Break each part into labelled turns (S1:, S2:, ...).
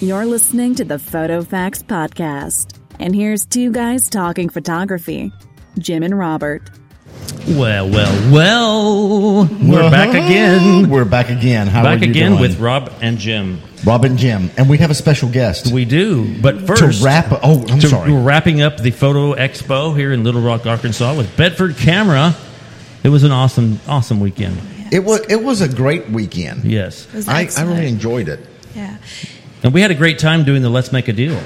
S1: You're listening to the Photo Facts Podcast. And here's two guys talking photography Jim and Robert.
S2: Well, well, well. We're back again.
S3: Uh-huh. We're back again. How
S2: Back
S3: are you
S2: again
S3: doing?
S2: with Rob and Jim.
S3: Rob and Jim, and we have a special guest.
S2: We do, but first,
S3: to wrap. Oh, I'm
S2: to-
S3: sorry.
S2: we're wrapping up the photo expo here in Little Rock, Arkansas, with Bedford Camera. It was an awesome, awesome weekend.
S3: It was it was a great weekend.
S2: Yes,
S4: It was
S3: I, I
S4: excellent.
S3: really enjoyed it.
S4: Yeah.
S2: and we had a great time doing the Let's Make a Deal.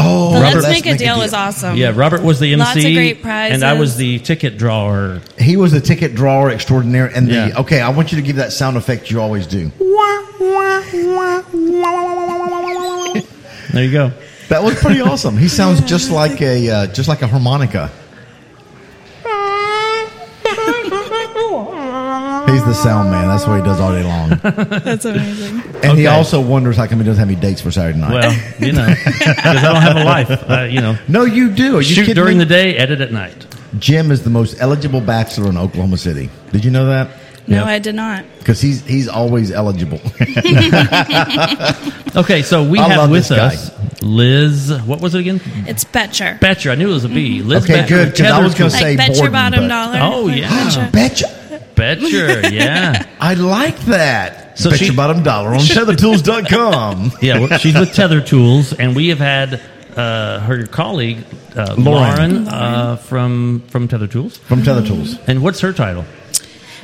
S3: Oh,
S4: The Let's Make a Deal is awesome.
S2: Yeah, Robert was the MC,
S4: Um, Lots of great prizes.
S2: and I was the ticket drawer.
S3: He was a ticket drawer extraordinaire, and
S2: Yeah.
S3: the okay. I want you to give that sound effect you always do.
S2: There you go.
S3: That was pretty awesome. He sounds just like a uh, just like a harmonica. He's the sound man. That's what he does all day long. And
S4: That's amazing.
S3: he
S2: Okay.
S3: also wonders how come he doesn't have any dates for Saturday night.
S2: Well, you know, because I don't have a life. I, you know,
S3: no, you do. Are you
S2: shoot
S3: kidding
S2: during
S3: me?
S2: the day, edit at night.
S3: Jim is the most eligible bachelor in Oklahoma City. Did you know that?
S4: No,
S2: Yep.
S4: I did not.
S3: Because he's he's always eligible.
S2: Okay, so we
S3: I
S2: have
S3: love
S2: with
S3: this guy.
S2: us Liz. What was it again?
S4: It's Betcher.
S2: Betcher. I knew it was a B. Liz
S3: okay,
S2: Betcher.
S3: good. 'cause I was going to
S2: Tether-
S3: say
S4: like bet your
S3: Borden,
S4: bottom
S3: but-
S4: dollar.
S2: Oh,
S4: Like,
S2: yeah.
S4: betcha.
S3: Betcha.
S2: Betcher. Yeah,
S3: I like that.
S2: So
S3: bet
S2: she-
S3: your bottom dollar on tethertools.com.
S2: yeah. well, She's with Tether Tools, and we have had uh, her colleague uh, Lauren,
S3: Lauren.
S2: uh, from from Tether Tools.
S3: From Tether Tools.
S2: And what's her title?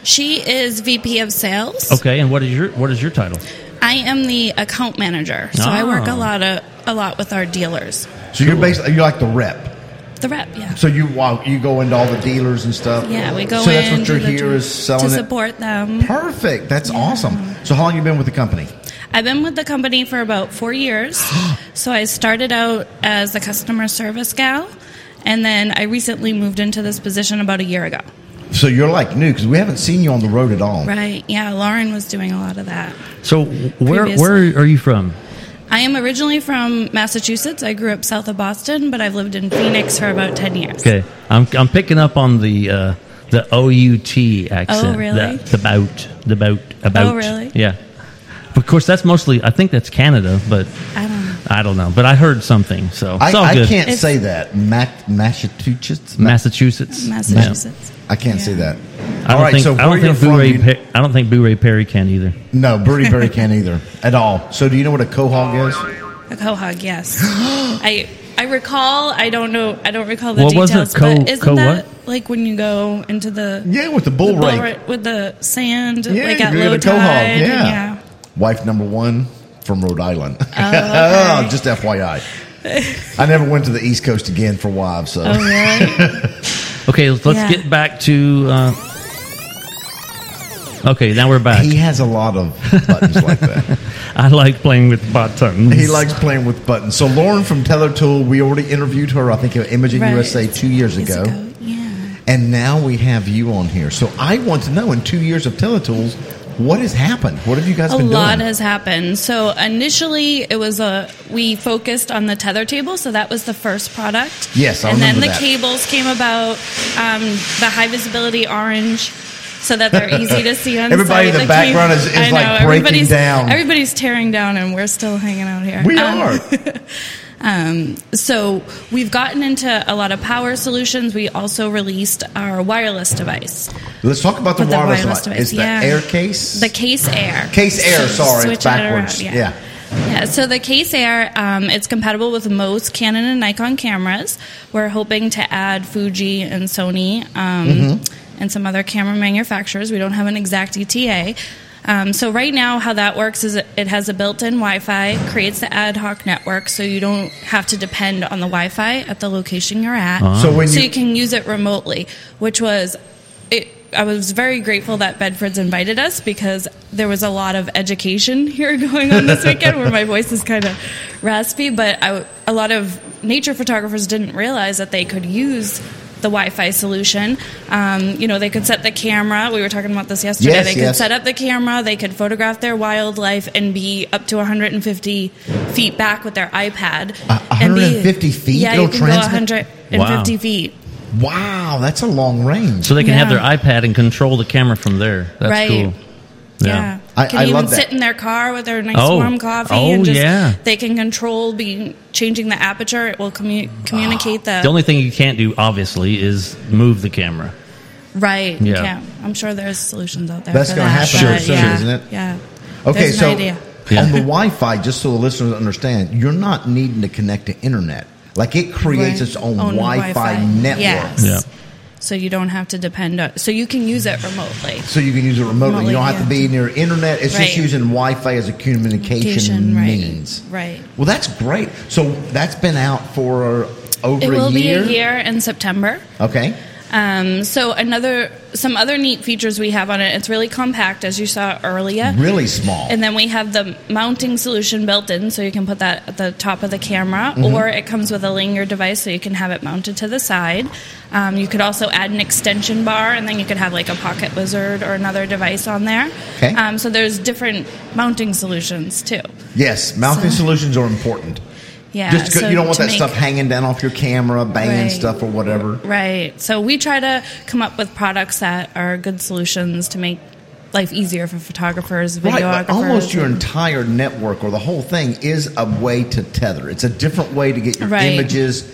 S4: She is VP of Sales.
S2: Okay, and what is your what is your title?
S4: I am the account manager, so I work
S3: Ah.
S2: Oh.
S4: a lot of a lot with our dealers.
S3: So you're basically, you're like the rep.
S4: The rep, yeah.
S3: So you walk, you go into all the dealers and stuff.
S4: yeah, we go
S3: So
S4: in
S3: that's what
S4: to
S3: you're
S4: the-
S3: here is selling
S4: to
S3: it.
S4: support them.
S3: Perfect. That's awesome. So how long you been with the company?
S4: I've been with the company for about four years. so I started out as a customer service gal, and then I recently moved into this position about a year ago.
S3: So you're like new because we haven't seen you on the road at all.
S4: Right? Yeah, Lauren was doing a lot of that.
S2: So where
S4: Previously.
S2: where are you from?
S4: I am originally from Massachusetts. I grew up south of Boston, but I've lived in Phoenix for about 10 years.
S2: Okay, I'm I'm picking up on the uh, the OUT accent.
S4: Oh, really? Oh,
S2: The, the boat, the boat, about.
S4: really?
S2: Yeah. Of course, that's mostly. I think that's Canada, but
S4: I don't know.
S2: I don't know. But I heard something, so
S3: I,
S2: it's all
S3: I
S2: good.
S3: can't
S4: It's-
S3: say that. Matt, Massachusetts?
S2: Massachusetts.
S4: Massachusetts.
S3: I can't say that.
S2: Yeah. I don't think. I don't think Boo Ray. Pe- I don't think Boo Ray Perry can either.
S3: No, Bernie Berry can't either at all. So do you know what a quahog is?
S4: A quahog, yes. I I recall, I don't know, I don't recall the
S2: What was
S4: details,
S2: it? Co-
S4: but isn't
S2: co what?
S4: that like when you go into the.
S3: Yeah, with the
S4: the
S3: bull
S4: bull
S3: rake.
S4: ra- with the sand,
S3: Yeah,
S4: like
S3: you
S4: at
S3: get
S4: low
S3: a
S4: tide.
S3: quahog.
S4: and
S3: Yeah.
S4: yeah.
S3: Wife number one from Rhode Island.
S4: Oh, okay.
S3: Just FYI. I never went to the East Coast again for wives, so
S4: Oh, really?
S2: Okay, let's, let's
S4: Yeah.
S2: get back to. Uh, okay, now we're
S4: Oh.
S2: back.
S3: he has a lot of buttons like that.
S2: I like playing with buttons.
S3: He likes playing with buttons. So Lauren from Teletool, we already interviewed her, I think, at Imaging
S4: Right.
S3: USA two years
S4: Years
S3: ago.
S4: ago, Yeah.
S3: And now we have you on here. So I want to know in two years of Teletools, what has happened? What have you guys
S4: A
S3: been
S4: lot
S3: doing?
S4: has happened. So initially, it was a we focused on the tether table, so that was the first product.
S3: Yes, I
S4: and then
S3: remember
S4: the
S3: that.
S4: cables came about, um, the high visibility orange, so that they're easy to see on.
S3: Everybody in
S4: site.
S3: the background is- is,
S4: I know,
S3: like, breaking
S4: everybody's,
S3: down.
S4: Everybody's tearing down, and we're still hanging out here.
S3: we
S4: Um,
S3: are.
S4: Um, so we've gotten into a lot of power solutions. We also released our wireless device,
S3: Let's talk about the
S4: With the
S3: wireless,
S4: wireless
S3: device. It's
S4: device, yeah.
S3: the air case.
S4: the Case Air.
S3: Case Air, sorry, it's
S4: Switch it
S3: backwards.
S4: around,
S3: Yeah.
S4: yeah. Yeah, so the Case Air, um, it's compatible with most Canon and Nikon cameras. We're hoping to add Fuji and Sony um, and some other camera manufacturers. We don't have an exact ETA. Um, so right now, how that works is it it has a built-in Wi-Fi, creates the ad hoc network, so you don't have to depend on the Wi-Fi at the location you're at.
S3: Ah. So when
S4: so
S3: you-
S4: you can use it remotely, which was it. I was very grateful that Bedford's invited us because there was a lot of education here going on this weekend where my voice is kind of raspy, but I, a lot of nature photographers didn't realize that they could use the Wi-Fi solution. Um, you know, they could set the camera. We were talking about this yesterday.
S3: Yes,
S4: they could
S3: yes.
S4: set up the camera. They could photograph their wildlife and be up to 150 feet back with their iPad.
S3: Uh,
S4: and be-
S3: 150 feet?
S4: Yeah,
S3: It'll
S4: you can go
S3: transmit?
S4: 150
S2: Wow.
S4: feet.
S3: Wow, that's a long range.
S2: so they can have
S4: Yeah.
S2: their iPad and control the camera from there. That's
S4: Right.
S2: cool.
S4: Yeah.
S3: I-
S4: can
S3: I
S4: even
S3: love that.
S4: sit in their car with their nice
S2: Oh.
S4: warm coffee
S2: Oh,
S4: and just
S2: yeah.
S4: they can control being changing the aperture. It will commu- communicate the,
S2: Ah. The only thing you can't do, obviously, is move the camera.
S4: right.
S2: Yeah.
S4: Yeah, I'm sure there's solutions out there.
S3: That's
S4: for
S3: gonna
S4: that,
S3: happen
S2: pretty
S4: but
S2: soon,
S4: yeah,
S3: isn't it?
S4: Yeah.
S3: Okay,
S4: There's an
S3: so
S4: idea.
S2: Yeah.
S3: on the Wi-Fi, just so the listeners understand, you're not needing to connect to internet. Like it creates
S4: Right.
S3: its own,
S4: Own
S3: Wi-Fi, network,
S4: Yes.
S2: Yeah.
S4: So you don't have to depend on. So you can use it remotely.
S3: so you can use it remotely.
S4: Remotely,
S3: you don't have to
S4: yeah.
S3: be near internet. It's just
S4: Right.
S3: using Wi-Fi as a communication
S4: Communication, right.
S3: means.
S4: Right.
S3: Well, that's great. So that's been out for over
S4: It will
S3: a
S4: be
S3: year.
S4: a year in September.
S3: Okay.
S4: Um, so another, some other neat features we have on it. It's really compact, as you saw earlier.
S3: Really small.
S4: And then we have the mounting solution built in, so you can put that at the top of the camera,
S3: Mm-hmm.
S4: or it comes with a linear device, so you can have it mounted to the side. Um, you could also add an extension bar, and then you could have like a pocket lizard or another device on there.
S3: Okay.
S4: Um, so there's different mounting solutions too.
S3: yes, mounting solutions are important.
S4: Yeah.
S3: just 'cause
S4: so
S3: you don't want
S4: to
S3: that
S4: make-
S3: stuff hanging down off your camera, banging
S4: Right.
S3: stuff or whatever.
S4: Right. So we try to come up with products that are good solutions to make life easier for photographers, videographers.
S3: Right, but almost your
S4: and-
S3: entire network or the whole thing is a way to tether. It's a different way to get your
S4: Right.
S3: images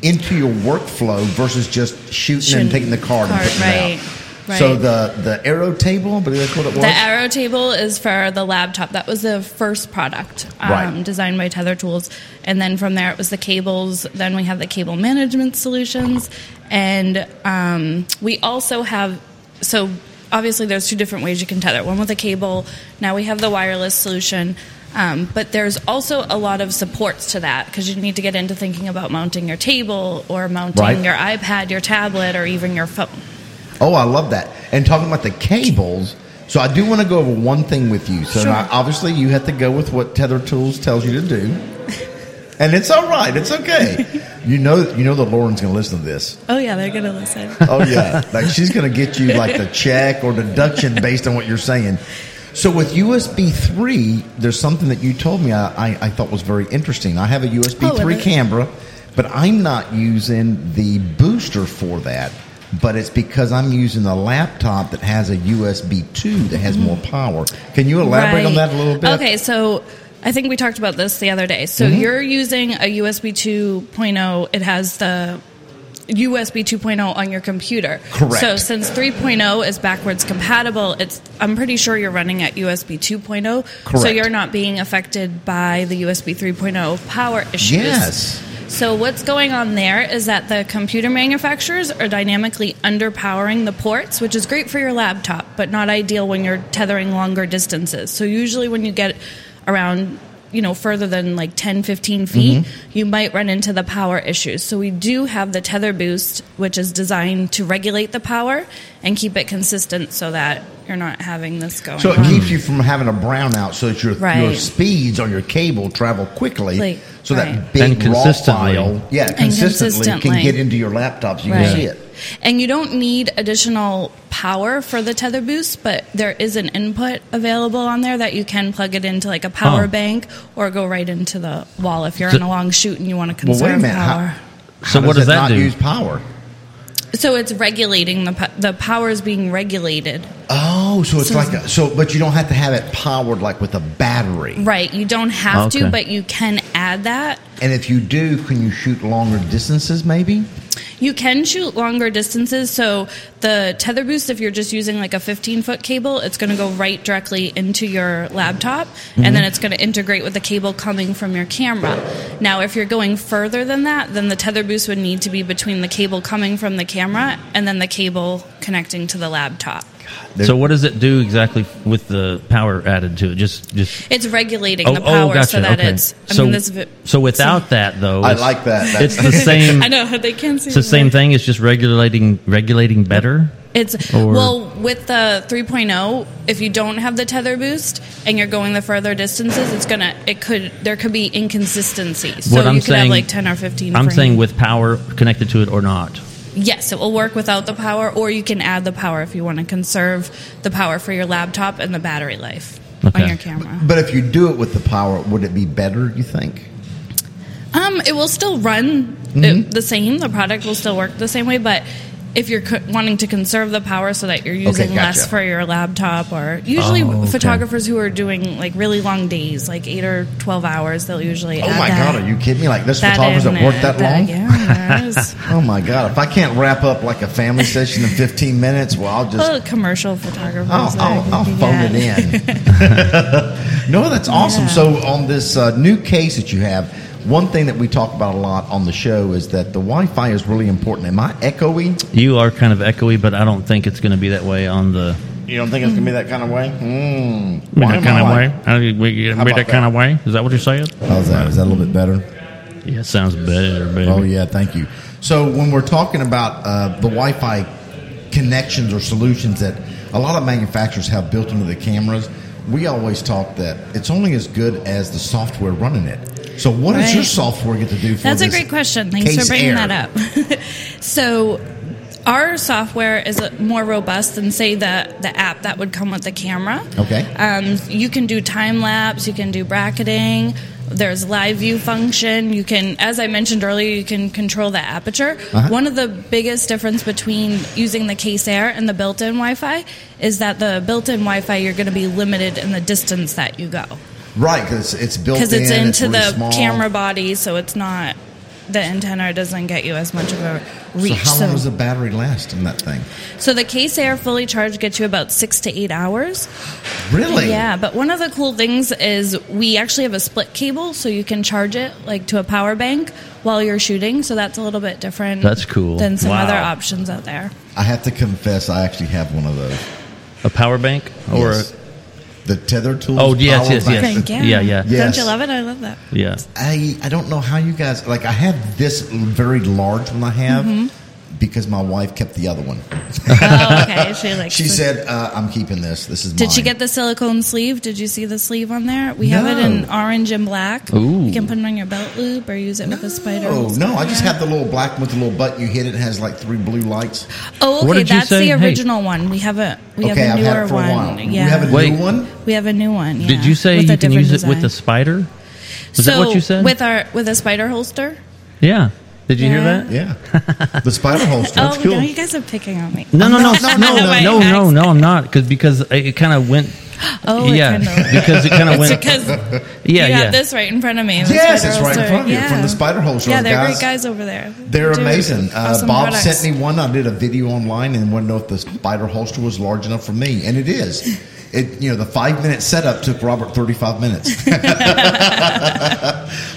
S3: into your workflow versus just shooting, and
S4: Shouldn't-
S3: taking the card,
S4: card,
S3: and putting
S4: right,
S3: it out.
S4: right.
S3: So the the arrow table, I believe that's what it was.
S4: the arrow table is for the laptop. That was the first product um,
S3: Right.
S4: designed by Tether Tools. And then from there, it was the cables. Then we have the cable management solutions. And um, we also have, so obviously, there's two different ways you can tether one with a cable. Now we have the wireless solution. Um, but there's also a lot of supports to that because you need to get into thinking about mounting your table or mounting
S3: Right.
S4: your iPad, your tablet, or even your phone.
S3: Oh, I love that. And talking about the cables, so I do want to go over one thing with you. So now, obviously, you have to go with what Tether Tools tells you to do, and it's all right. It's okay. you know, you know that Lauren's going to listen to this.
S4: Oh, yeah, they're going to listen.
S3: Oh yeah, like she's gonna get you like the check or deduction based on what you're saying. So with USB three, there's something that you told me I, I, I thought was very interesting. I have a USB
S4: Oh,
S3: three
S4: it is.
S3: camera, but I'm not using the booster for that. But it's because I'm using a laptop that has a USB two that has more power. Can you elaborate on
S4: Right.
S3: that a little bit?
S4: Mm-hmm.
S3: Mm-hmm.
S4: Okay, so I think we talked about this the other day. So you're using a USB 2.0, oh. it has the USB 2.0 on your computer.
S3: Correct.
S4: So since 3.0 is backwards compatible, it's I'm pretty sure you're running at USB 2.0. oh. So
S3: Correct.
S4: you're not being affected by the USB 3.0 power issues.
S3: Yes.
S4: So what's going on there is that the computer manufacturers are dynamically underpowering the ports, which is great for your laptop, but not ideal when you're tethering longer distances. So usually when you get around you know further than like 10 15 feet you might run into the power issues so we do have the tether boost which is designed to regulate the power and keep it consistent so that you're not having this going
S3: So it
S4: on
S3: keeps you from having a brownout, so that your your
S4: Right.
S3: speeds on your cable travel quickly,
S4: Like,
S3: so that
S4: right.
S3: big
S2: And
S3: raw
S2: consistently.
S3: file, yeah, consistently, can
S4: consistently.
S3: get into your laptop. So you can
S4: Right.
S3: see it.
S4: And you don't need additional power for the tether boost, but there is an input available on there that you can plug it into like a power
S2: Oh.
S4: bank or go right into the wall if you're
S2: So-
S4: on a long shoot and you want to
S3: Well,
S4: conserve
S3: wait a minute.
S4: power.
S3: How,
S2: So
S3: how
S2: what does
S3: it
S2: that
S3: not
S2: do?
S3: Use power.
S4: so it's regulating the po- the power is being regulated.
S3: Oh, so it's
S4: So
S3: like
S4: it's-
S3: a, so, but you don't have to have it powered like with a battery.
S4: Right, you don't have
S2: Okay.
S4: to, but you can add that.
S3: And if you do, can you shoot longer distances? Maybe.
S4: You can shoot longer distances. So the tether boost, if you're just using like a 15 foot cable, it's going to go right directly into your laptop, and
S2: Mm-hmm.
S4: then it's going to integrate with the cable coming from your camera. Now, if you're going further than that, then the tether boost would need to be between the cable coming from the camera and then the cable connecting to the laptop.
S2: So what does it do exactly with the power added to it? Just just
S4: It's regulating
S2: Oh,
S4: the power so that it's. I
S2: so,
S4: mean, this. vi-
S2: so without that though,
S3: I
S2: it's-
S3: like that. That-
S2: It's the same.
S4: I know they can't see.
S2: It's the
S4: me.
S2: same thing. It's just regulating regulating better.
S4: It's
S2: Or-
S4: well with the 3.0. If you don't have the tether boost and you're going the further distances, it's gonna it could there could be inconsistency. So
S2: What I'm
S4: you could have
S2: saying-
S4: like 10 or 15.
S2: I'm
S4: frames.
S2: saying with power connected to it or not.
S4: yes, it will work without the power, or you can add the power if you want to conserve the power for your laptop and the battery life
S2: Okay.
S4: on your camera.
S3: But if you do it with the power, would it be better? You think? Mm-hmm.
S4: Um, it will still run it- the same. The product will still work the same way, but if you're co- wanting to conserve the power so that you're using
S3: gotcha.
S4: less for your laptop or usually
S2: Oh, okay.
S4: photographers who are doing like really long days like 8 or 12 hours they'll usually
S3: Oh
S4: add
S3: my
S4: that,
S3: god, are you kidding me? Like there's
S4: that
S3: photographers
S4: in
S3: that work
S4: there.
S3: that long?
S4: yeah there is.
S3: Oh my god, if I can't wrap up like a family session in 15 minutes, well I'll just
S4: Well, commercial photographers
S3: I'll,
S4: that
S3: I'll,
S4: Oh, I
S3: I'll
S4: think you
S3: phone
S4: get.
S3: it in. no, that's awesome.
S4: Yeah.
S3: So, on this uh, new case that you have, one thing that we talk about a lot on the show is that the Wi Fi is really important. Am I echoey?
S2: You are kind of echoey, but I don't think it's going to be that way on the.
S3: You don't think it's going to be that kind of way? Mm.
S2: Be
S3: Why
S2: that
S3: am
S2: kind of
S3: I-
S2: way. I don't- we- we-
S3: How
S2: Be
S3: about
S2: that kind
S3: that?
S2: of way. Is that what you're saying?
S3: How's that? Is that a little bit better?
S2: Yeah, it sounds better. Baby.
S3: Oh, yeah, thank you. So, when we're talking about uh, the Wi Fi connections or solutions that a lot of manufacturers have built into the cameras, we always talk that it's only as good as the software running it. So, what does your
S4: Right.
S3: software get to do for
S4: That's a
S3: this
S4: great question. Thanks for
S3: case
S4: bringing
S3: air?
S4: that up. so, our software is uh, more robust than, say, the, the app that would come with the camera.
S3: Okay.
S4: Um, you can do time lapse, you can do bracketing. There's live view function. You can, as I mentioned earlier, you can control the aperture.
S3: Uh-huh.
S4: One of the biggest difference between using the case air and the built-in Wi-Fi is that the built-in Wi-Fi you're going to be limited in the distance that you go
S3: Right, because it's built
S4: because it's
S3: in,
S4: into
S3: really
S4: the
S3: small.
S4: camera body, so it's not the antenna doesn't get you as much of a
S3: So,
S4: reach.
S3: how long does the battery last in that thing?
S4: so the case air fully charged gets you about six to eight hours.
S3: Really?
S4: Yeah, but one of the cool things is we actually have a split cable, so you can charge it like to a power bank while you're shooting. So that's a little bit different.
S2: That's cool.
S4: than some
S2: Wow.
S4: other options out there.
S3: I have to confess, I actually have one of those.
S2: A power bank or
S3: Yes.
S2: a,
S3: the tether tool.
S2: Oh, yes, yes, yes.
S4: Thank you.
S2: Yeah, yeah.
S3: Yes.
S4: Don't you love it? I love that.
S2: yeah.
S3: I I don't know how you guys like. I have this very large one. I have
S4: Mm-hmm.
S3: because my wife kept the other one.
S4: Oh, okay. She likes.
S3: She
S4: it.
S3: said, uh, "I'm keeping this. This is."
S4: Did
S3: mine.
S4: she get the silicone sleeve? Did you see the sleeve on there? We have it in
S3: No.
S4: orange and black.
S2: Ooh.
S4: You can put it on your belt loop or use it with a spider.
S3: Oh
S4: hook.
S3: no! I just have the little black one with the little button. You hit it, it has like three blue lights.
S4: Oh,
S2: What
S4: okay.
S2: did you
S4: That's
S2: say?
S4: the
S2: Hey.
S4: original one. We have a we
S3: okay,
S4: have
S3: I've
S4: a newer
S3: had it for
S4: one.
S3: a while.
S4: Yeah.
S3: We have a
S2: Wait.
S3: new one.
S4: We have a new one. Yeah.
S2: Did you say
S4: With
S2: you
S4: a
S2: can
S4: different
S2: use it with
S4: design.
S2: a spider? Is
S4: so
S2: that what you said?
S4: With our with a spider holster.
S2: yeah. Did you hear
S4: Yeah.
S2: that?
S3: Yeah, the spider holster.
S4: oh,
S3: That's cool.
S4: no, you guys are picking on me.
S2: No, no, no, no, no, no,
S4: no, wait,
S2: no,
S4: Max.
S2: no, I'm not because because it, it kind of went.
S4: Oh, it
S2: yeah,
S4: kinda went.
S2: because it kind of went.
S4: Because
S2: yeah,
S4: you
S2: yeah.
S4: have this right in front of me. the
S3: Yes,
S4: spider
S3: it's right in
S4: holster.
S3: front of you,
S4: yeah.
S3: from the spider holster.
S4: Yeah,
S3: The
S4: they're
S3: guys-
S4: great guys over there.
S3: They're
S4: do
S3: amazing. Uh,
S4: awesome
S3: Bob
S4: products.
S3: sent me one. I did a video online and wanted to know if the spider holster was large enough for me, and it is. It you know the five minute setup took Robert thirty five minutes.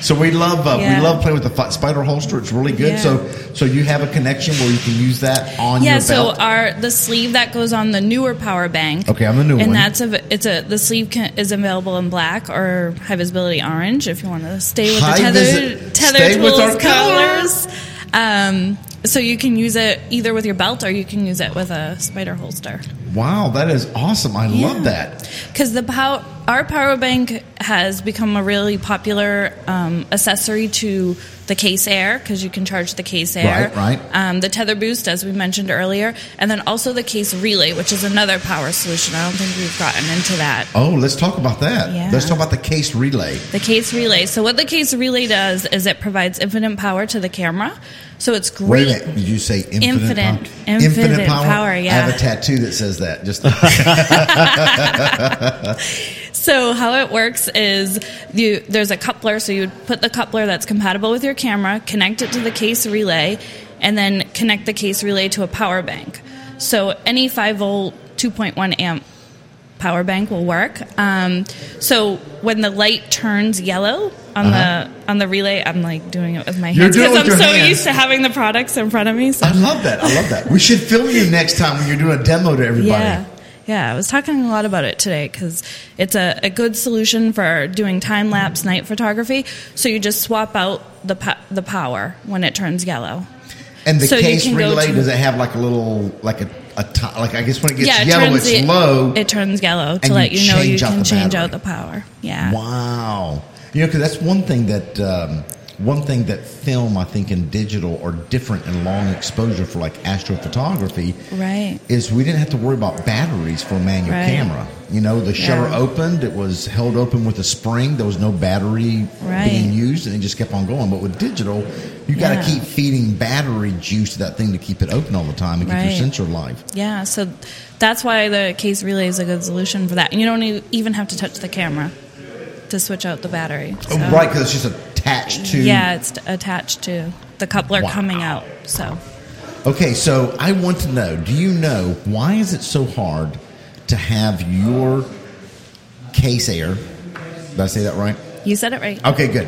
S3: so we love uh,
S4: Yeah.
S3: we love playing with the fi- spider holster. It's really good.
S4: Yeah.
S3: So so you have a connection where you can use that on
S4: yeah
S3: your
S4: so uh,
S3: belt.
S4: our the sleeve that goes on the newer power bank
S3: Okay, I'm the new
S4: and
S3: one.
S4: that's a it's a the sleeve can, is available in black or high visibility orange if you want to stay with
S3: High
S4: the tether
S3: visi-
S4: tether
S3: stay with our
S4: tools colors um so you can use it either with your belt or you can use it with a spider holster
S3: wow, that is awesome. I love that.
S4: because the power our power bank has become a really popular um, accessory to the case air because you can charge the case air
S3: Right, right.
S4: um, the tether boost as we mentioned earlier and then also the case relay which is another power solution i don't think we've gotten into that
S3: Oh, let's talk about that.
S4: Yeah.
S3: Let's talk about the case relay.
S4: the case relay so what the case relay does is it provides infinite power to the camera so it's
S3: Wait
S4: great
S3: a minute. Did you say infinite,
S4: Infinite-
S3: power?
S4: infinite power,
S3: I
S4: yeah.
S3: have a tattoo that says that. Just
S4: So how it works is you there's a coupler, so you would put the coupler that's compatible with your camera, connect it to the case relay, and then connect the case relay to a power bank. So any five volt, two point one amp power bank will work. Um, so when the light turns yellow on the on the relay, I'm like doing it with my
S3: Uh-huh. You're
S4: hands
S3: doing it with
S4: because I'm
S3: your
S4: so
S3: hands.
S4: used to having the products in front of me. So
S3: I love that. I love that. We should film you next time when you're doing a demo to everybody.
S4: Yeah. Yeah, I was talking a lot about it today because it's a, a good solution for doing time lapse night photography. So you just swap out the po- the power when it turns yellow.
S3: And the
S4: So you
S3: case
S4: can go
S3: relay
S4: to-
S3: does it have like a little like a, a ti like I guess when it gets
S4: yeah, it
S3: yellow,
S4: turns
S3: it's
S4: the-
S3: low.
S4: It turns yellow
S3: and
S4: to let
S3: you
S4: you know you
S3: change out
S4: can
S3: the
S4: change
S3: battery.
S4: out the power. Yeah.
S3: Wow. You know, because that's one thing that um, one thing that film I think and digital are different in long exposure for like astrophotography.
S4: Right.
S3: Is we didn't have to worry about batteries for a manual
S4: Right.
S3: camera. You know, the shutter
S4: Yeah.
S3: opened, it was held open with a spring. There was no battery
S4: Right.
S3: being used, and it just kept on going. But with digital, You got to
S4: Yeah.
S3: keep feeding battery juice to that thing to keep it open all the time and keep
S4: Right.
S3: your sensor alive.
S4: Yeah, so that's why the case relay is a good solution for that. And you don't e- even have to touch the camera to switch out the battery.
S3: Oh,
S4: So,
S3: right, because it's just attached to.
S4: Yeah, it's attached to the coupler
S3: Wow.
S4: coming out. So
S3: Okay, so I want to know. Do you know why is it so hard to have your case air? Did I say that right?
S4: you said it right.
S3: Okay, good.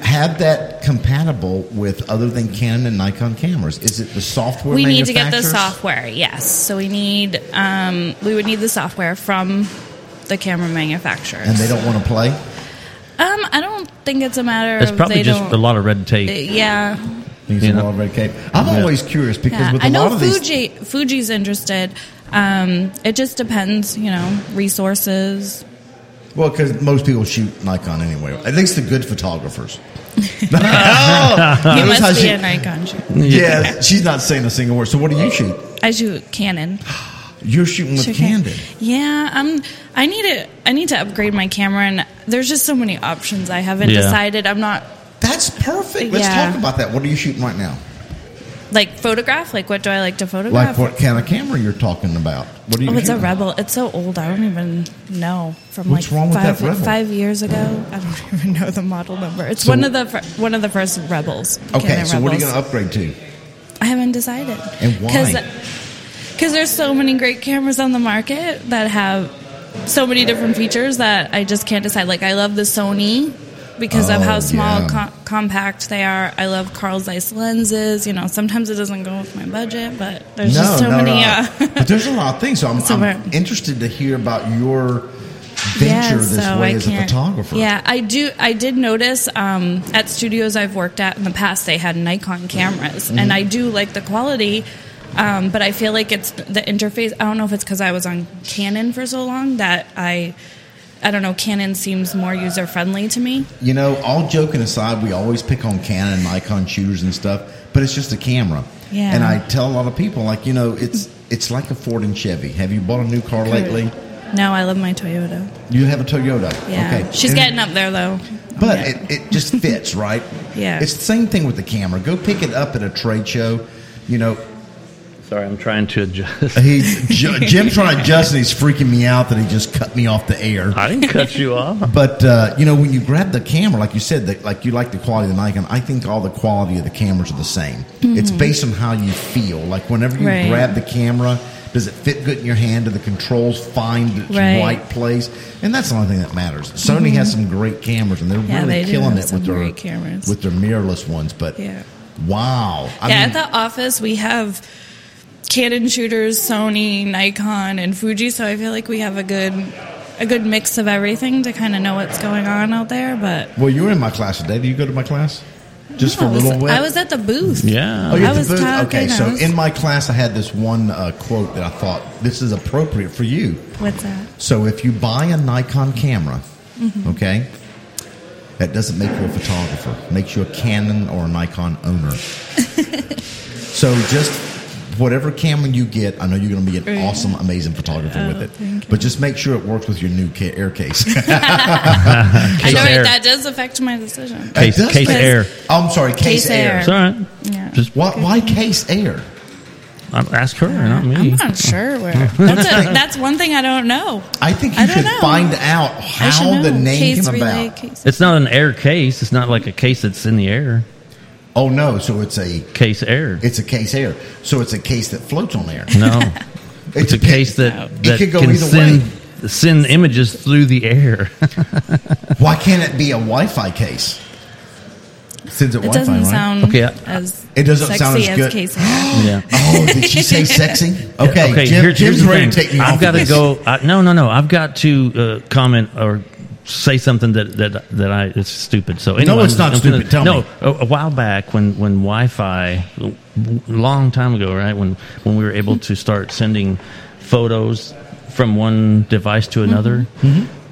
S3: have that compatible with other than Canon and Nikon cameras? Is it the software?
S4: we need to get the
S3: manufacturers?
S4: software yes so we need um, we would need the software from the camera manufacturers
S3: and they don't want to play.
S4: um, i don't think it's a matter
S2: It's
S4: of
S2: probably
S4: they
S2: just
S4: don't, uh,
S2: a lot of red tape.
S4: yeah
S3: These
S2: You
S3: are
S2: know.
S3: all red cape. I'm
S2: Yeah.
S3: always curious because
S4: yeah
S3: with a
S4: i know
S3: lot of these,
S4: fuji fuji's interested um, it just depends you know resources
S3: well, because most people shoot Nikon anyway. At least the good photographers. oh,
S4: you
S3: notice how
S4: must be
S3: she-
S4: an icon shooter.
S3: yeah, she's not saying a single word. So what do you shoot?
S4: i shoot canon
S3: Ah, You're shooting with
S4: Sure can.
S3: Candid.
S4: Yeah, I'm. I need to. I need to upgrade my camera, and there's just so many options. I haven't
S2: Yeah.
S4: decided. I'm not
S3: That's perfect. Let's
S4: Yeah.
S3: talk about that. What are you shooting right now?
S4: like photograph. Like, what do I like to
S3: Like
S4: photograph?
S3: what kind of camera you're talking about? What are you?
S4: Oh, it's a
S3: shooting?
S4: rebel. It's so old. I don't even know from
S3: What's
S4: like
S3: wrong with
S4: five,
S3: that Rebel?
S4: five years ago. I don't even know the model number. It's
S3: So-
S4: one of the fir- one of the first rebels.
S3: Okay,
S4: Canon
S3: so what are you
S4: Rebels.
S3: going to upgrade to?
S4: I haven't decided.
S3: And why?
S4: Because there's so many great cameras on the market that have so many different features that I just can't decide. Like I love the Sony because of
S3: Oh,
S4: how small
S3: yeah.
S4: com- compact they are. I love Carl Zeiss lenses. You know, sometimes it doesn't go with my budget, but there's just so many. Uh,
S3: but there's a lot of things. So I'm,
S4: So
S3: I'm
S4: we're-
S3: interested to hear about your venture
S4: Yeah,
S3: this
S4: so
S3: way
S4: I
S3: as a
S4: can't-
S3: photographer.
S4: Yeah, I do. I did notice um, at studios I've worked at in the past they had Nikon cameras,
S3: Mm-hmm.
S4: and I do like the quality. Um, but I feel like it's the interface. I don't know if it's because I was on Canon for so long that I, I don't know. Canon seems more user friendly to me.
S3: You know, all joking aside, we always pick on Canon and Nikon shooters and stuff, but it's just a camera.
S4: Yeah.
S3: And I tell a lot of people, like, you know, it's it's like a Ford and Chevy. Have you bought a new car lately?
S4: No, I love my Toyota.
S3: You have a Toyota.
S4: Yeah,
S3: Okay.
S4: she's
S3: And-
S4: getting up there though.
S3: But
S4: Yeah.
S3: it, it just fits, right?
S4: Yeah.
S3: It's the same thing with the camera. Go pick it up at a trade show. You know,
S2: Sorry, I'm trying to adjust.
S3: he, J- Jim's trying to adjust and he's freaking me out that he just cut me off the air.
S2: I didn't cut you off.
S3: But uh, you know, when you grab the camera, like you said, that like you like the quality of the Nikon. I think all the quality of the cameras are the same. It's based on how you feel. Like whenever you
S4: Mm-hmm. Right.
S3: grab the camera, does it fit good in your hand? Do the controls find its
S4: Right. Mm-hmm.
S3: right place? And that's the only thing that matters. Sony has some great cameras, and they're
S4: Yeah,
S3: really
S4: they do
S3: killing
S4: have
S3: it
S4: some
S3: with their
S4: great cameras.
S3: with their mirrorless ones. But
S4: Yeah.
S3: wow, I
S4: yeah,
S3: mean,
S4: at the office we have Canon shooters, Sony, Nikon, and Fuji. So I feel like we have a good a good mix of everything to kind of know what's going on out there. But
S3: well, you were in my class today. Do you go to my class? Just for
S4: I
S3: a
S4: was,
S3: little bit.
S4: I was at the booth.
S2: Yeah.
S3: Oh, you
S4: I
S3: have the
S4: was
S3: booth?
S4: talking,
S3: Okay,
S4: I
S3: so
S4: was-
S3: in my class, I had this one uh, quote that I thought this is appropriate for you.
S4: What's that?
S3: So if you buy a Nikon camera,
S4: Mm-hmm.
S3: okay, that doesn't make you a photographer. It makes you a Canon or a Nikon owner. so just whatever camera you get, I know you're going to be an
S4: Right. Oh,
S3: awesome, amazing photographer with
S4: thank
S3: it. But just make sure it works with your new ca- air case.
S4: I
S2: Case
S4: know right,
S2: air.
S4: that does affect my decision.
S2: Case-
S3: It does
S2: case
S3: make-
S2: air.
S3: Oh, I'm sorry, case,
S4: Case
S3: air.
S4: air.
S2: It's all right.
S4: Yeah.
S2: Just
S3: Why, why case air?
S2: I'll ask her, not me.
S4: I'm not sure where. That's, a, that's one thing I don't know.
S3: I think you
S4: I don't
S3: should
S4: know.
S3: find out
S4: I should
S3: how the
S4: know.
S3: name
S4: Case
S3: came
S4: relay,
S3: about.
S4: case-
S2: It's not an air case. It's not like a case that's in the air.
S3: Oh no, so it's a
S2: Case air.
S3: it's a case air. So it's a case that floats on air.
S2: no, it's
S3: It's
S2: a case that
S3: It
S2: that
S3: could go
S2: can
S3: either
S2: send send images through the air.
S3: Why can't it be a Wi-Fi case? Since it
S4: It
S3: Wi-Fi,
S4: doesn't
S3: right?
S4: sound
S2: Okay, I-
S4: as
S3: It doesn't
S4: sexy
S3: sound as good.
S4: as case air.
S2: yeah.
S3: Oh, did she say sexy? Okay, Jim,
S2: here's- here's
S3: Jim's
S2: the
S3: ready to
S2: thing.
S3: take me off.
S2: I've
S3: of
S2: got to
S3: this.
S2: go. I, no, no, no. I've got to uh, comment or say something that that that I it's stupid. So anyway,
S3: it's
S2: I'm-
S3: not
S2: I'm
S3: stupid. Tell
S2: no,
S3: me.
S2: A, a while back when when Wi-Fi, a long time ago, right when when we were able to start sending photos from one device to
S3: Mm-hmm.
S2: another,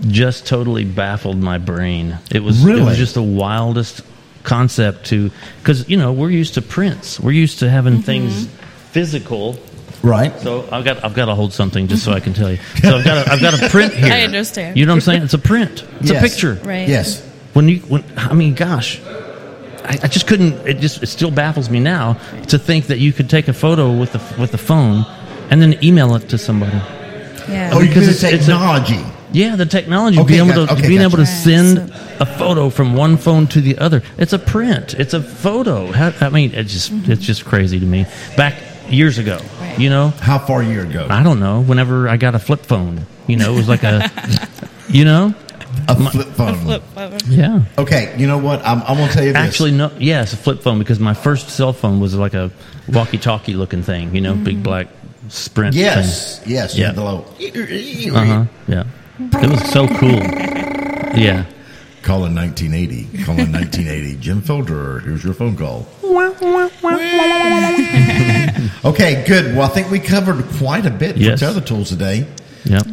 S2: just totally baffled my brain. It was it
S3: Really?
S2: was just the wildest concept to because you know we're used to prints, we're used to having
S3: Mm-hmm.
S2: things physical
S3: Right.
S2: so I've got I've got to hold something just so I can tell you. So I've got a, I've got a print here.
S4: I understand.
S2: You know what I'm saying? It's a print. It's
S3: Yes.
S2: a picture.
S4: Right.
S3: Yes.
S2: When you when I mean, gosh, I, I just couldn't. It just it still baffles me now to think that you could take a photo with the with the phone and then email it to somebody.
S4: Yeah.
S3: Oh, because
S2: Because
S3: it's
S2: it's- it's a-
S3: technology.
S2: Yeah, the technology
S3: Okay,
S2: being able
S3: got-
S2: to
S3: okay,
S2: being able to
S3: gotcha.
S2: send
S4: Right,
S2: a photo from one phone to the other. It's a print. It's a photo. How, I mean, it just it's just crazy to me. Back years ago,
S4: Mm-hmm. Right.
S2: you know,
S3: How far a year ago?
S2: I don't know. Whenever I got a flip phone, you know, it was like a, you know,
S3: a flip phone.
S4: Flip phone.
S2: yeah.
S3: Okay, you know what? I'm, I'm gonna tell you this.
S2: Actually, no. Yeah, it's a flip phone because my first cell phone was like a walkie-talkie looking thing. You know,
S4: Mm.
S2: big black sprint.
S3: yes, yes,
S2: Yeah.
S3: the low.
S2: Uh huh. Yeah. It was so cool. Yeah.
S3: Call in 1980. Call in 1980. Jim Felder, here's your phone call. okay, good. Well, I think we covered quite a bit
S2: Yes.
S3: for tether tools today.
S2: Yep.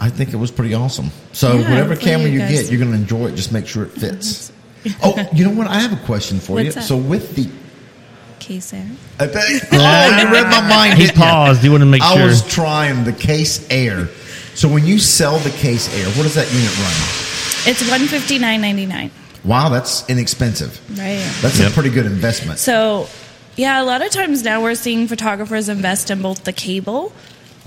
S3: I think it was pretty awesome. So
S4: Yeah,
S3: whatever
S4: hopefully
S3: camera
S4: you
S3: you
S4: guys-
S3: get, you're going to enjoy it. Just make sure it fits. oh, you know what? I have a question for you.
S4: What's that?
S3: So with the,
S4: Case Air.
S3: I think- oh, you read my mind.
S2: He
S3: didn't you?
S2: paused. He wanted to make
S3: I
S2: sure.
S3: was trying the Case Air. So when you sell the Case Air, what does that unit run?
S4: It's one fifty nine ninety nine.
S3: Wow, that's inexpensive.
S4: Right.
S3: That's
S2: Yep.
S3: a pretty good investment.
S4: So, yeah, a lot of times now we're seeing photographers invest in both the cable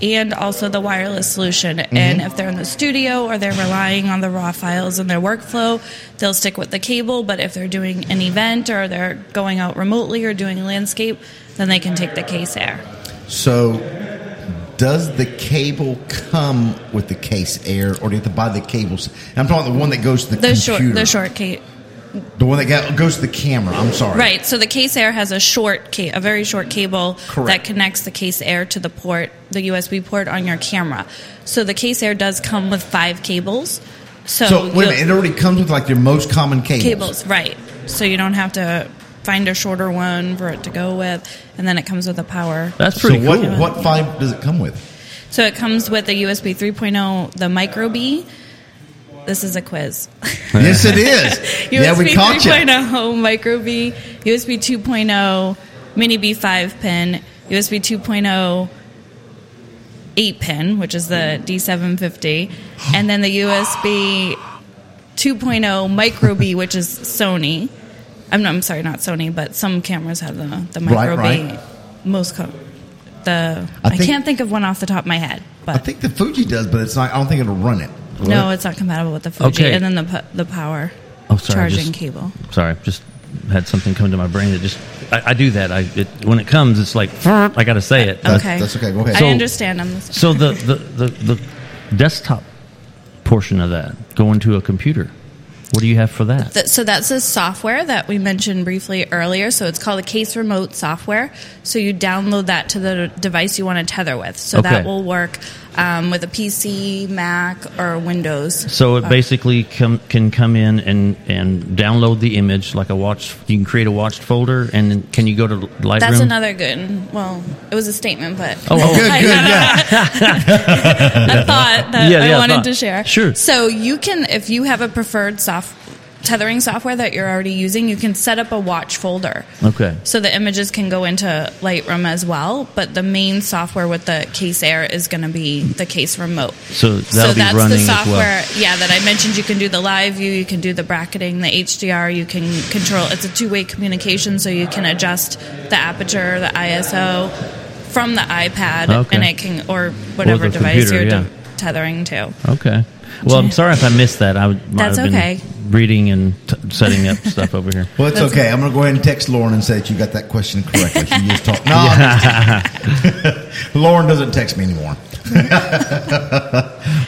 S4: and also the wireless solution. And if they're in the studio or they're relying on the raw files in their workflow, they'll stick with the cable. But if they're doing an event or they're going out remotely or doing landscape, then they can take the case air.
S3: So, does the cable come with the case air, or do you have to buy the cables? And I'm talking about the one that goes to the,
S4: The
S3: computer,
S4: short, the short case.
S3: the one that go- goes to the camera. I'm sorry,
S4: Right. So the case air has a short, ca- a very short cable
S3: Correct.
S4: that connects the case air to the port, the USB port on your camera. So the case air does come with five cables. So,
S3: So wait a
S4: you'll-
S3: minute, it already comes with like your most common cables.
S4: Oh, cables, right? So you don't have to find a shorter one for it to go with, and then it comes with a power.
S2: That's
S3: So
S2: pretty
S3: what
S2: cool.
S3: what five does it come with?
S4: So it comes with a USB 3.0, oh, the Micro B. This is a quiz.
S3: yes, it is.
S4: USB
S3: yeah, we caught you.
S4: 3.0 oh, micro B, USB 2.0 mini B5 pin, USB 2.0 8 oh, pin, which is the D750, and then the USB 2.0 oh, micro B, which is Sony. I'm not, I'm sorry, not Sony, but some cameras have the the
S3: Right,
S4: micro B.
S3: right.
S4: Most com- the
S3: I
S4: I,
S3: think-
S4: can't think of one off the top of my head, but
S3: I think the Fuji does, but it's not. I don't think it'll run it.
S4: no, it's not compatible with the Fuji,
S2: Okay.
S4: and then the pu- the power
S2: Oh, sorry, I
S4: charging
S2: just-
S4: cable.
S2: Sorry, just had something come to my brain that just I, I do that. I it, when it comes, it's like I got to say it.
S3: That-
S4: okay.
S3: that's okay. Go ahead.
S4: I
S2: So-
S4: understand. I'm listening.
S2: So the, the, the, the desktop portion of that going to a computer. What do you have for that?
S4: Th- so that's the software that we mentioned briefly earlier. So it's called the Case Remote software. So you download that to the device you want to tether with. So that
S2: Okay.
S4: will work um, with a PC, Mac, or Windows.
S2: So it basically com- can come in and, and download the image like a watch. You can create a watched folder, and then can you go to Lightroom?
S4: That's another good. Well, it was a statement, but
S2: Oh,
S3: Good,
S4: I
S3: good,
S4: had a-
S3: yeah.
S4: a thought that
S2: Yeah,
S4: I
S2: yeah,
S4: wanted
S2: thought.
S4: to share.
S2: Sure.
S4: So you can, if you have a preferred soft tethering software that you're already using, you can set up a watch folder.
S2: Okay.
S4: So the images can go into Lightroom as well, but the main software with the Case Air is going to be the Case Remote.
S2: So that'll be
S4: that's
S2: running
S4: the
S2: as well.
S4: software, yeah, that I mentioned. You can do the live view, you can do the bracketing, the HDR, you can control. It's a two-way communication, so you can adjust the aperture, the ISO from the iPad,
S2: Okay.
S4: and it can or whatever
S2: the
S4: device
S2: computer,
S4: you're
S2: yeah.
S4: de- tethering to.
S2: Okay. Well, I'm sorry if I missed that. I would- might
S4: That's
S2: have been
S4: okay.
S2: reading and t- setting up stuff over here.
S3: Well, it's okay. I'm going to go ahead and text Lauren and say that you got that question correctly. She just talked. No, I'm just- Lauren doesn't text me anymore.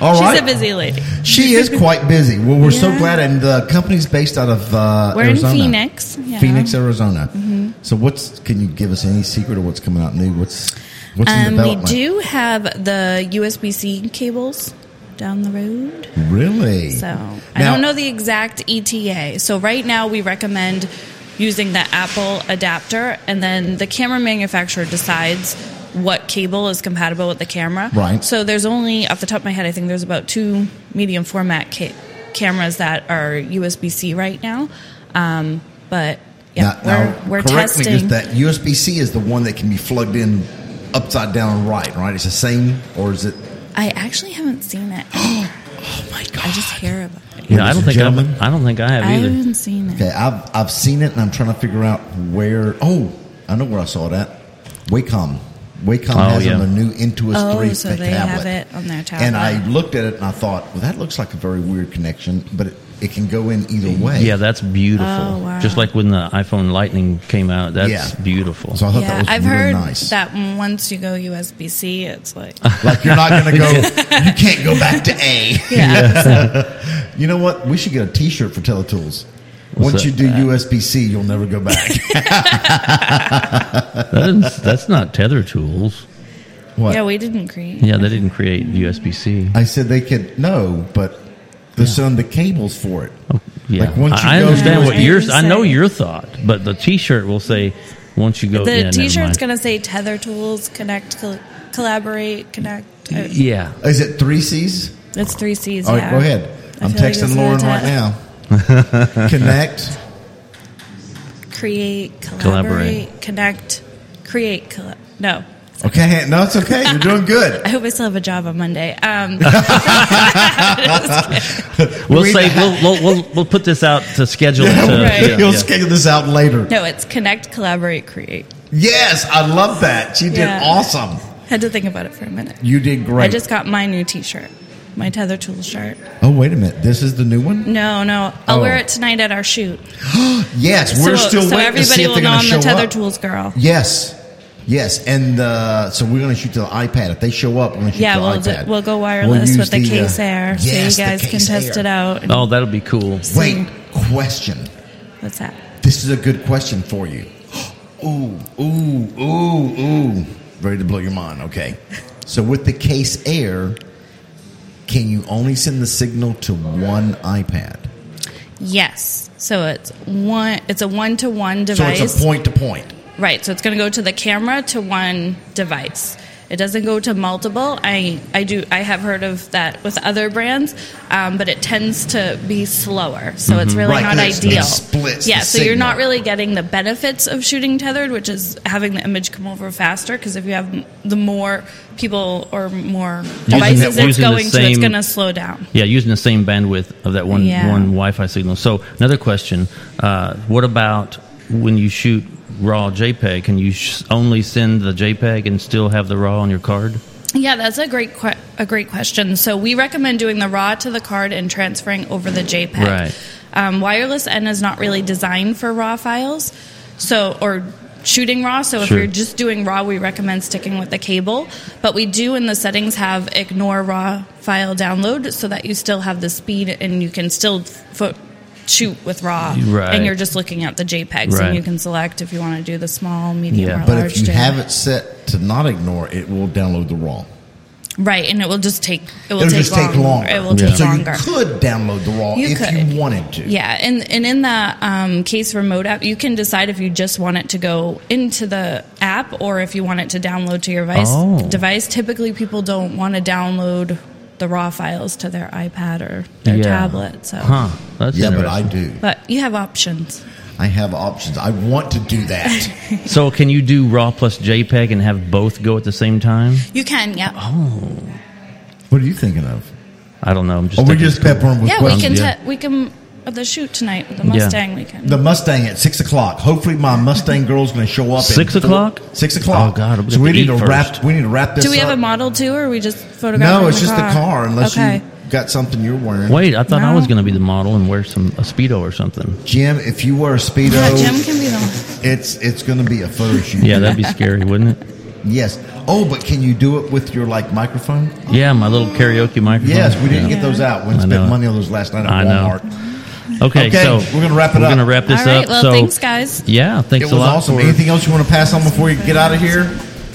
S3: All
S4: She's
S3: right.
S4: a busy lady.
S3: She is quite busy. Well, we're so
S4: Yeah.
S3: glad, and the company's based out of uh,
S4: We're in
S3: Arizona.
S4: Phoenix, yeah. Mm-hmm.
S3: Phoenix, Arizona. So, what's? Can you give us any secret of what's coming out new? What's what's in
S4: Um, we
S3: development?
S4: do have the USB C cables down the road.
S3: really.
S4: So I
S3: Now-
S4: don't know the exact ETA. So right now we recommend using the Apple adapter, and then the camera manufacturer decides what cable is compatible with the camera.
S3: Right.
S4: So there's only, off the top of my head, I think there's about two medium format ca- cameras that are USB C right now. Um, but yeah,
S3: now, now,
S4: we're, we're
S3: correct me, just
S4: testing.
S3: that USB C is the one that can be plugged in upside down right, right? It's the same, or is it?
S4: I actually haven't seen it.
S3: my
S4: I just hear about it.
S2: Yeah, I don't
S3: Ladies and
S2: think
S3: gentlemen.
S2: I've, I don't think I have
S4: I
S2: either.
S4: haven't seen it.
S3: Okay, I've I've seen it, and I'm trying to figure out where. Oh, I know where I saw it at. Wacom. Wacom
S2: Oh,
S3: has
S2: yeah.
S3: on the new Intuos
S4: Oh,
S3: 3
S4: so
S3: tablet.
S4: they have it on their tablet.
S3: And I looked at it and I thought, well, that looks like a very weird connection, but it, it can go in either way.
S2: Yeah, that's beautiful.
S4: Oh, wow.
S2: Just like when the iPhone Lightning came out, that's
S3: Yeah.
S2: beautiful.
S3: So I thought that
S4: Yeah,
S3: was
S4: I've
S3: really
S4: heard
S3: nice.
S4: that once you go USB C, it's like
S3: Like you're not going to go. you can't go back to A.
S4: yeah.
S3: You know what? We should get a T-shirt for Teletools. Once
S2: that?
S3: you do USB C, you'll never go back.
S2: That is, that's not tether tools.
S3: what?
S4: yeah, we didn't create.
S2: Yeah, they didn't create USB C.
S3: I said they could no, but they're selling the cables for it.
S2: Yeah,
S3: Like, once you
S2: I, I
S3: go
S2: understand
S3: to
S2: what
S4: it-
S2: yours. I know
S4: Insane.
S2: your thought, but the T-shirt will say once you go.
S4: The
S2: yeah, never
S4: T-shirt's
S2: mind.
S4: gonna say Tether Tools Connect, col- collaborate, connect. Uh,
S2: Yeah,
S3: Is it three C's?
S4: It's three C's.
S3: All right,
S4: yeah.
S3: go ahead.
S4: I
S3: I'm
S4: feel like
S3: texting
S4: it's
S3: Lauren
S4: gonna
S3: right
S4: ta-
S3: now. Connect.
S4: Create, collaborate,
S2: Collaborate.
S4: connect, create. Coll- no,
S3: Okay, no, it's okay. You're doing good.
S4: I hope I still have a job on Monday. Um,
S2: we'll
S3: Read
S2: say
S3: that.
S2: we'll, we'll we'll we'll put this out to schedule. it to,
S4: Right.
S2: yeah,
S3: You'll
S2: yeah.
S3: schedule this out later.
S4: no, it's connect, collaborate, create.
S3: Yes, I love that. She did
S4: Yeah.
S3: awesome.
S4: Had to think about it for a minute.
S3: You did great.
S4: I just got my new T-shirt, my Tether Tools shirt.
S3: oh, wait a minute. This is the new one.
S4: No, no, I'll
S3: Oh.
S4: wear it tonight at our shoot.
S3: Yes, we're
S4: so,
S3: still
S4: so
S3: waiting to see
S4: everybody
S3: if
S4: will
S3: they're
S4: know
S3: going
S4: I'm
S3: to show
S4: the Tether
S3: up.
S4: Tools girl.
S3: Yes, yes, and uh, so we're going to shoot to the iPad. If they show up, we're going to shoot
S4: Yeah,
S3: to the
S4: we'll do,
S3: iPad.
S4: we'll go
S3: We'll
S4: wireless
S3: use
S4: with the, case
S3: uh,
S4: air,
S3: yes,
S4: so
S3: the
S4: you guys can
S3: Case
S4: test
S3: Air.
S4: it out. and-
S2: Oh, that'll be cool.
S3: Wait, question.
S4: What's that?
S3: This is a good question for you. Ooh, ooh, ooh, ooh. Ready to blow your mind, okay. So with the case air, can you only send the signal to one iPad?
S4: Yes. So it's one. It's a one-to-one
S3: So
S4: device.
S3: it's a point to point.
S4: Right. So it's going to go to the camera to one device. It doesn't go to multiple. I, I do I have heard of that with other brands, um, but it tends to be slower, so it's
S2: Mm-hmm.
S4: really
S3: Right,
S4: not
S3: 'cause it's- it
S4: ideal.
S3: splits the
S4: yeah, so you're
S3: signal.
S4: not really getting the benefits of shooting tethered, which is having the image come over faster. Because if you have m- the more people or more devices
S2: that-
S4: it's
S2: using the
S4: going to, it's
S2: same-
S4: going to slow down.
S2: Yeah, using the same bandwidth of that one
S4: Yeah.
S2: one Wi-Fi signal. So another question: uh, What about when you shoot raw JPEG? Can you sh- only send the JPEG and still have the raw on your card?
S4: Yeah, that's a great que- a great question. So we recommend doing the raw to the card and transferring over the JPEG.
S2: Right.
S4: Um, wireless N is not really designed for raw files, so or shooting raw. So if
S2: Sure.
S4: you're just doing raw, we recommend sticking with the cable. But we do in the settings have ignore raw file download, so that you still have the speed and you can still fo- shoot with raw,
S2: Right.
S4: and you're just looking at the JPEGs,
S2: Right.
S4: and you can select if you want to do the small, medium,
S2: Yeah.
S4: or
S3: But
S4: large.
S3: if you
S4: JPEG.
S3: have it set to not ignore, it will download the raw.
S4: Right, and it will just take it will
S3: It'll
S4: take
S3: just take longer.
S4: It will take
S3: so
S4: longer.
S3: you could download the raw
S4: You
S3: if
S4: could.
S3: you wanted to.
S4: Yeah, and and in the um, case remote app, you can decide if you just want it to go into the app or if you want it to download to your device.
S2: Oh.
S4: Device. Typically, people don't want to download the raw files to their iPad or their
S2: Yeah.
S4: tablet. So,
S2: Huh? That's
S3: Yeah, but I
S2: interesting.
S3: do.
S4: but you have options.
S3: I have options. I want to do that.
S2: So can you do raw plus JPEG and have both go at the same time?
S4: You can, yeah,
S2: Oh,
S3: what are you thinking of?
S2: I don't know. I'm just
S3: Or we
S2: thinking-
S3: just peppering with
S4: yeah. We
S3: questions.
S4: can
S2: yeah.
S4: te- we can uh, the shoot tonight with the Mustang. We can.
S3: The Mustang at six o'clock. Hopefully, my Mustang girl's going to show up. at
S2: Six
S3: four-
S2: o'clock?
S3: Six o'clock.
S2: Oh, God, I'm gonna
S3: So we
S2: have to
S3: need
S2: eat
S3: to
S2: first.
S3: wrap. We need to wrap this.
S4: do we have
S3: up.
S4: a model too, or are we just photograph?
S3: No, it's just the car. Unless
S4: okay.
S3: you got something you're wearing.
S2: Wait, I thought I was
S4: No.
S2: going to be the model and wear some a speedo or something.
S3: Jim, if you wear a speedo,
S4: Yeah, Jim can be the one.
S3: it's it's going to be a photo shoot.
S2: Yeah, that'd be scary, wouldn't it?
S3: Yes. Oh, but can you do it with your like microphone?
S2: Yeah, my little karaoke microphone.
S3: Yes, we didn't
S2: Yeah.
S3: get those out. We
S2: I
S3: spent
S2: know.
S3: money on those last night at
S2: I know.
S3: Walmart.
S2: Okay,
S3: Okay,
S2: so
S3: we're gonna wrap it
S2: We're
S3: up.
S2: going to wrap this
S4: All right,
S2: up.
S4: well,
S2: so
S4: thanks, guys.
S2: Yeah,
S3: It
S2: thanks
S3: was
S2: a lot.
S3: awesome.
S2: for-
S3: Anything else you want to pass on before you get out of here?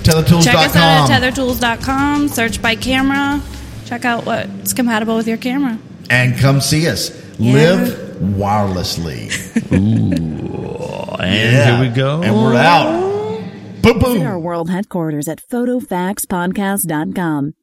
S3: Teletools.com.
S4: Check us out at tethertools.com. Search by camera. Check out what's compatible with your camera.
S3: and come see us. Live wirelessly.
S2: and here we go.
S3: And we're out. Boom, boom.
S1: Visit our world headquarters at photofaxpodcast.com